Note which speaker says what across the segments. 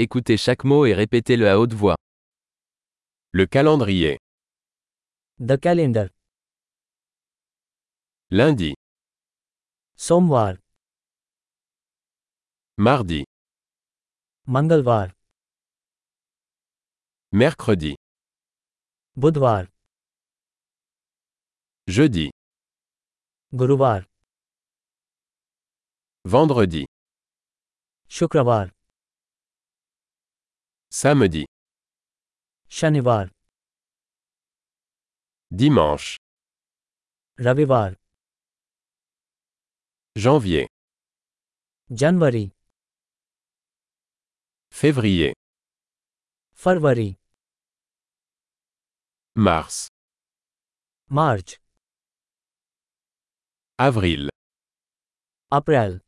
Speaker 1: Écoutez chaque mot et répétez-le à haute voix.
Speaker 2: Le calendrier.
Speaker 3: The calendar.
Speaker 2: Lundi,
Speaker 3: सोमवार
Speaker 2: mardi,
Speaker 3: मंगलवार
Speaker 2: mercredi,
Speaker 3: बुधवार
Speaker 2: jeudi,
Speaker 3: गुरुवार
Speaker 2: vendredi,
Speaker 3: शुक्रवार
Speaker 2: samedi,
Speaker 3: शनिवार
Speaker 2: dimanche,
Speaker 3: रविवार
Speaker 2: janvier,
Speaker 3: जनवरी
Speaker 2: février,
Speaker 3: फरवरी
Speaker 2: mars,
Speaker 3: मार्च
Speaker 2: avril,
Speaker 3: अप्रैल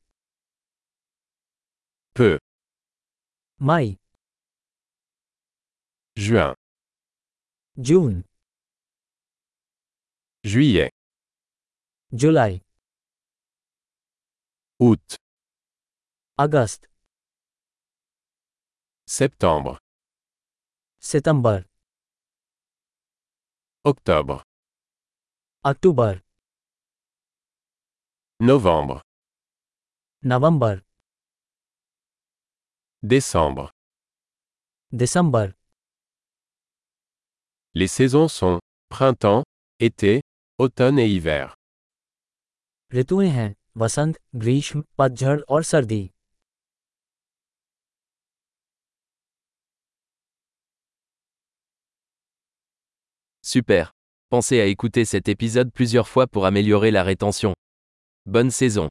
Speaker 2: peu,
Speaker 3: मई
Speaker 2: juin,
Speaker 3: जून
Speaker 2: juillet,
Speaker 3: जुलाई
Speaker 2: août,
Speaker 3: अगस्त
Speaker 2: septembre,
Speaker 3: सितंबर
Speaker 2: octobre,
Speaker 3: अक्टूबर
Speaker 2: novembre,
Speaker 3: नवंबर
Speaker 2: décembre.
Speaker 3: दिसंबर
Speaker 2: Les saisons sont printemps, été, automne et hiver.
Speaker 3: ऋतुएं हैं वसंत ग्रीष्म पतझड़ और सर्दी
Speaker 1: Super. Pensez à écouter cet épisode plusieurs fois pour améliorer la rétention. Bonne saison.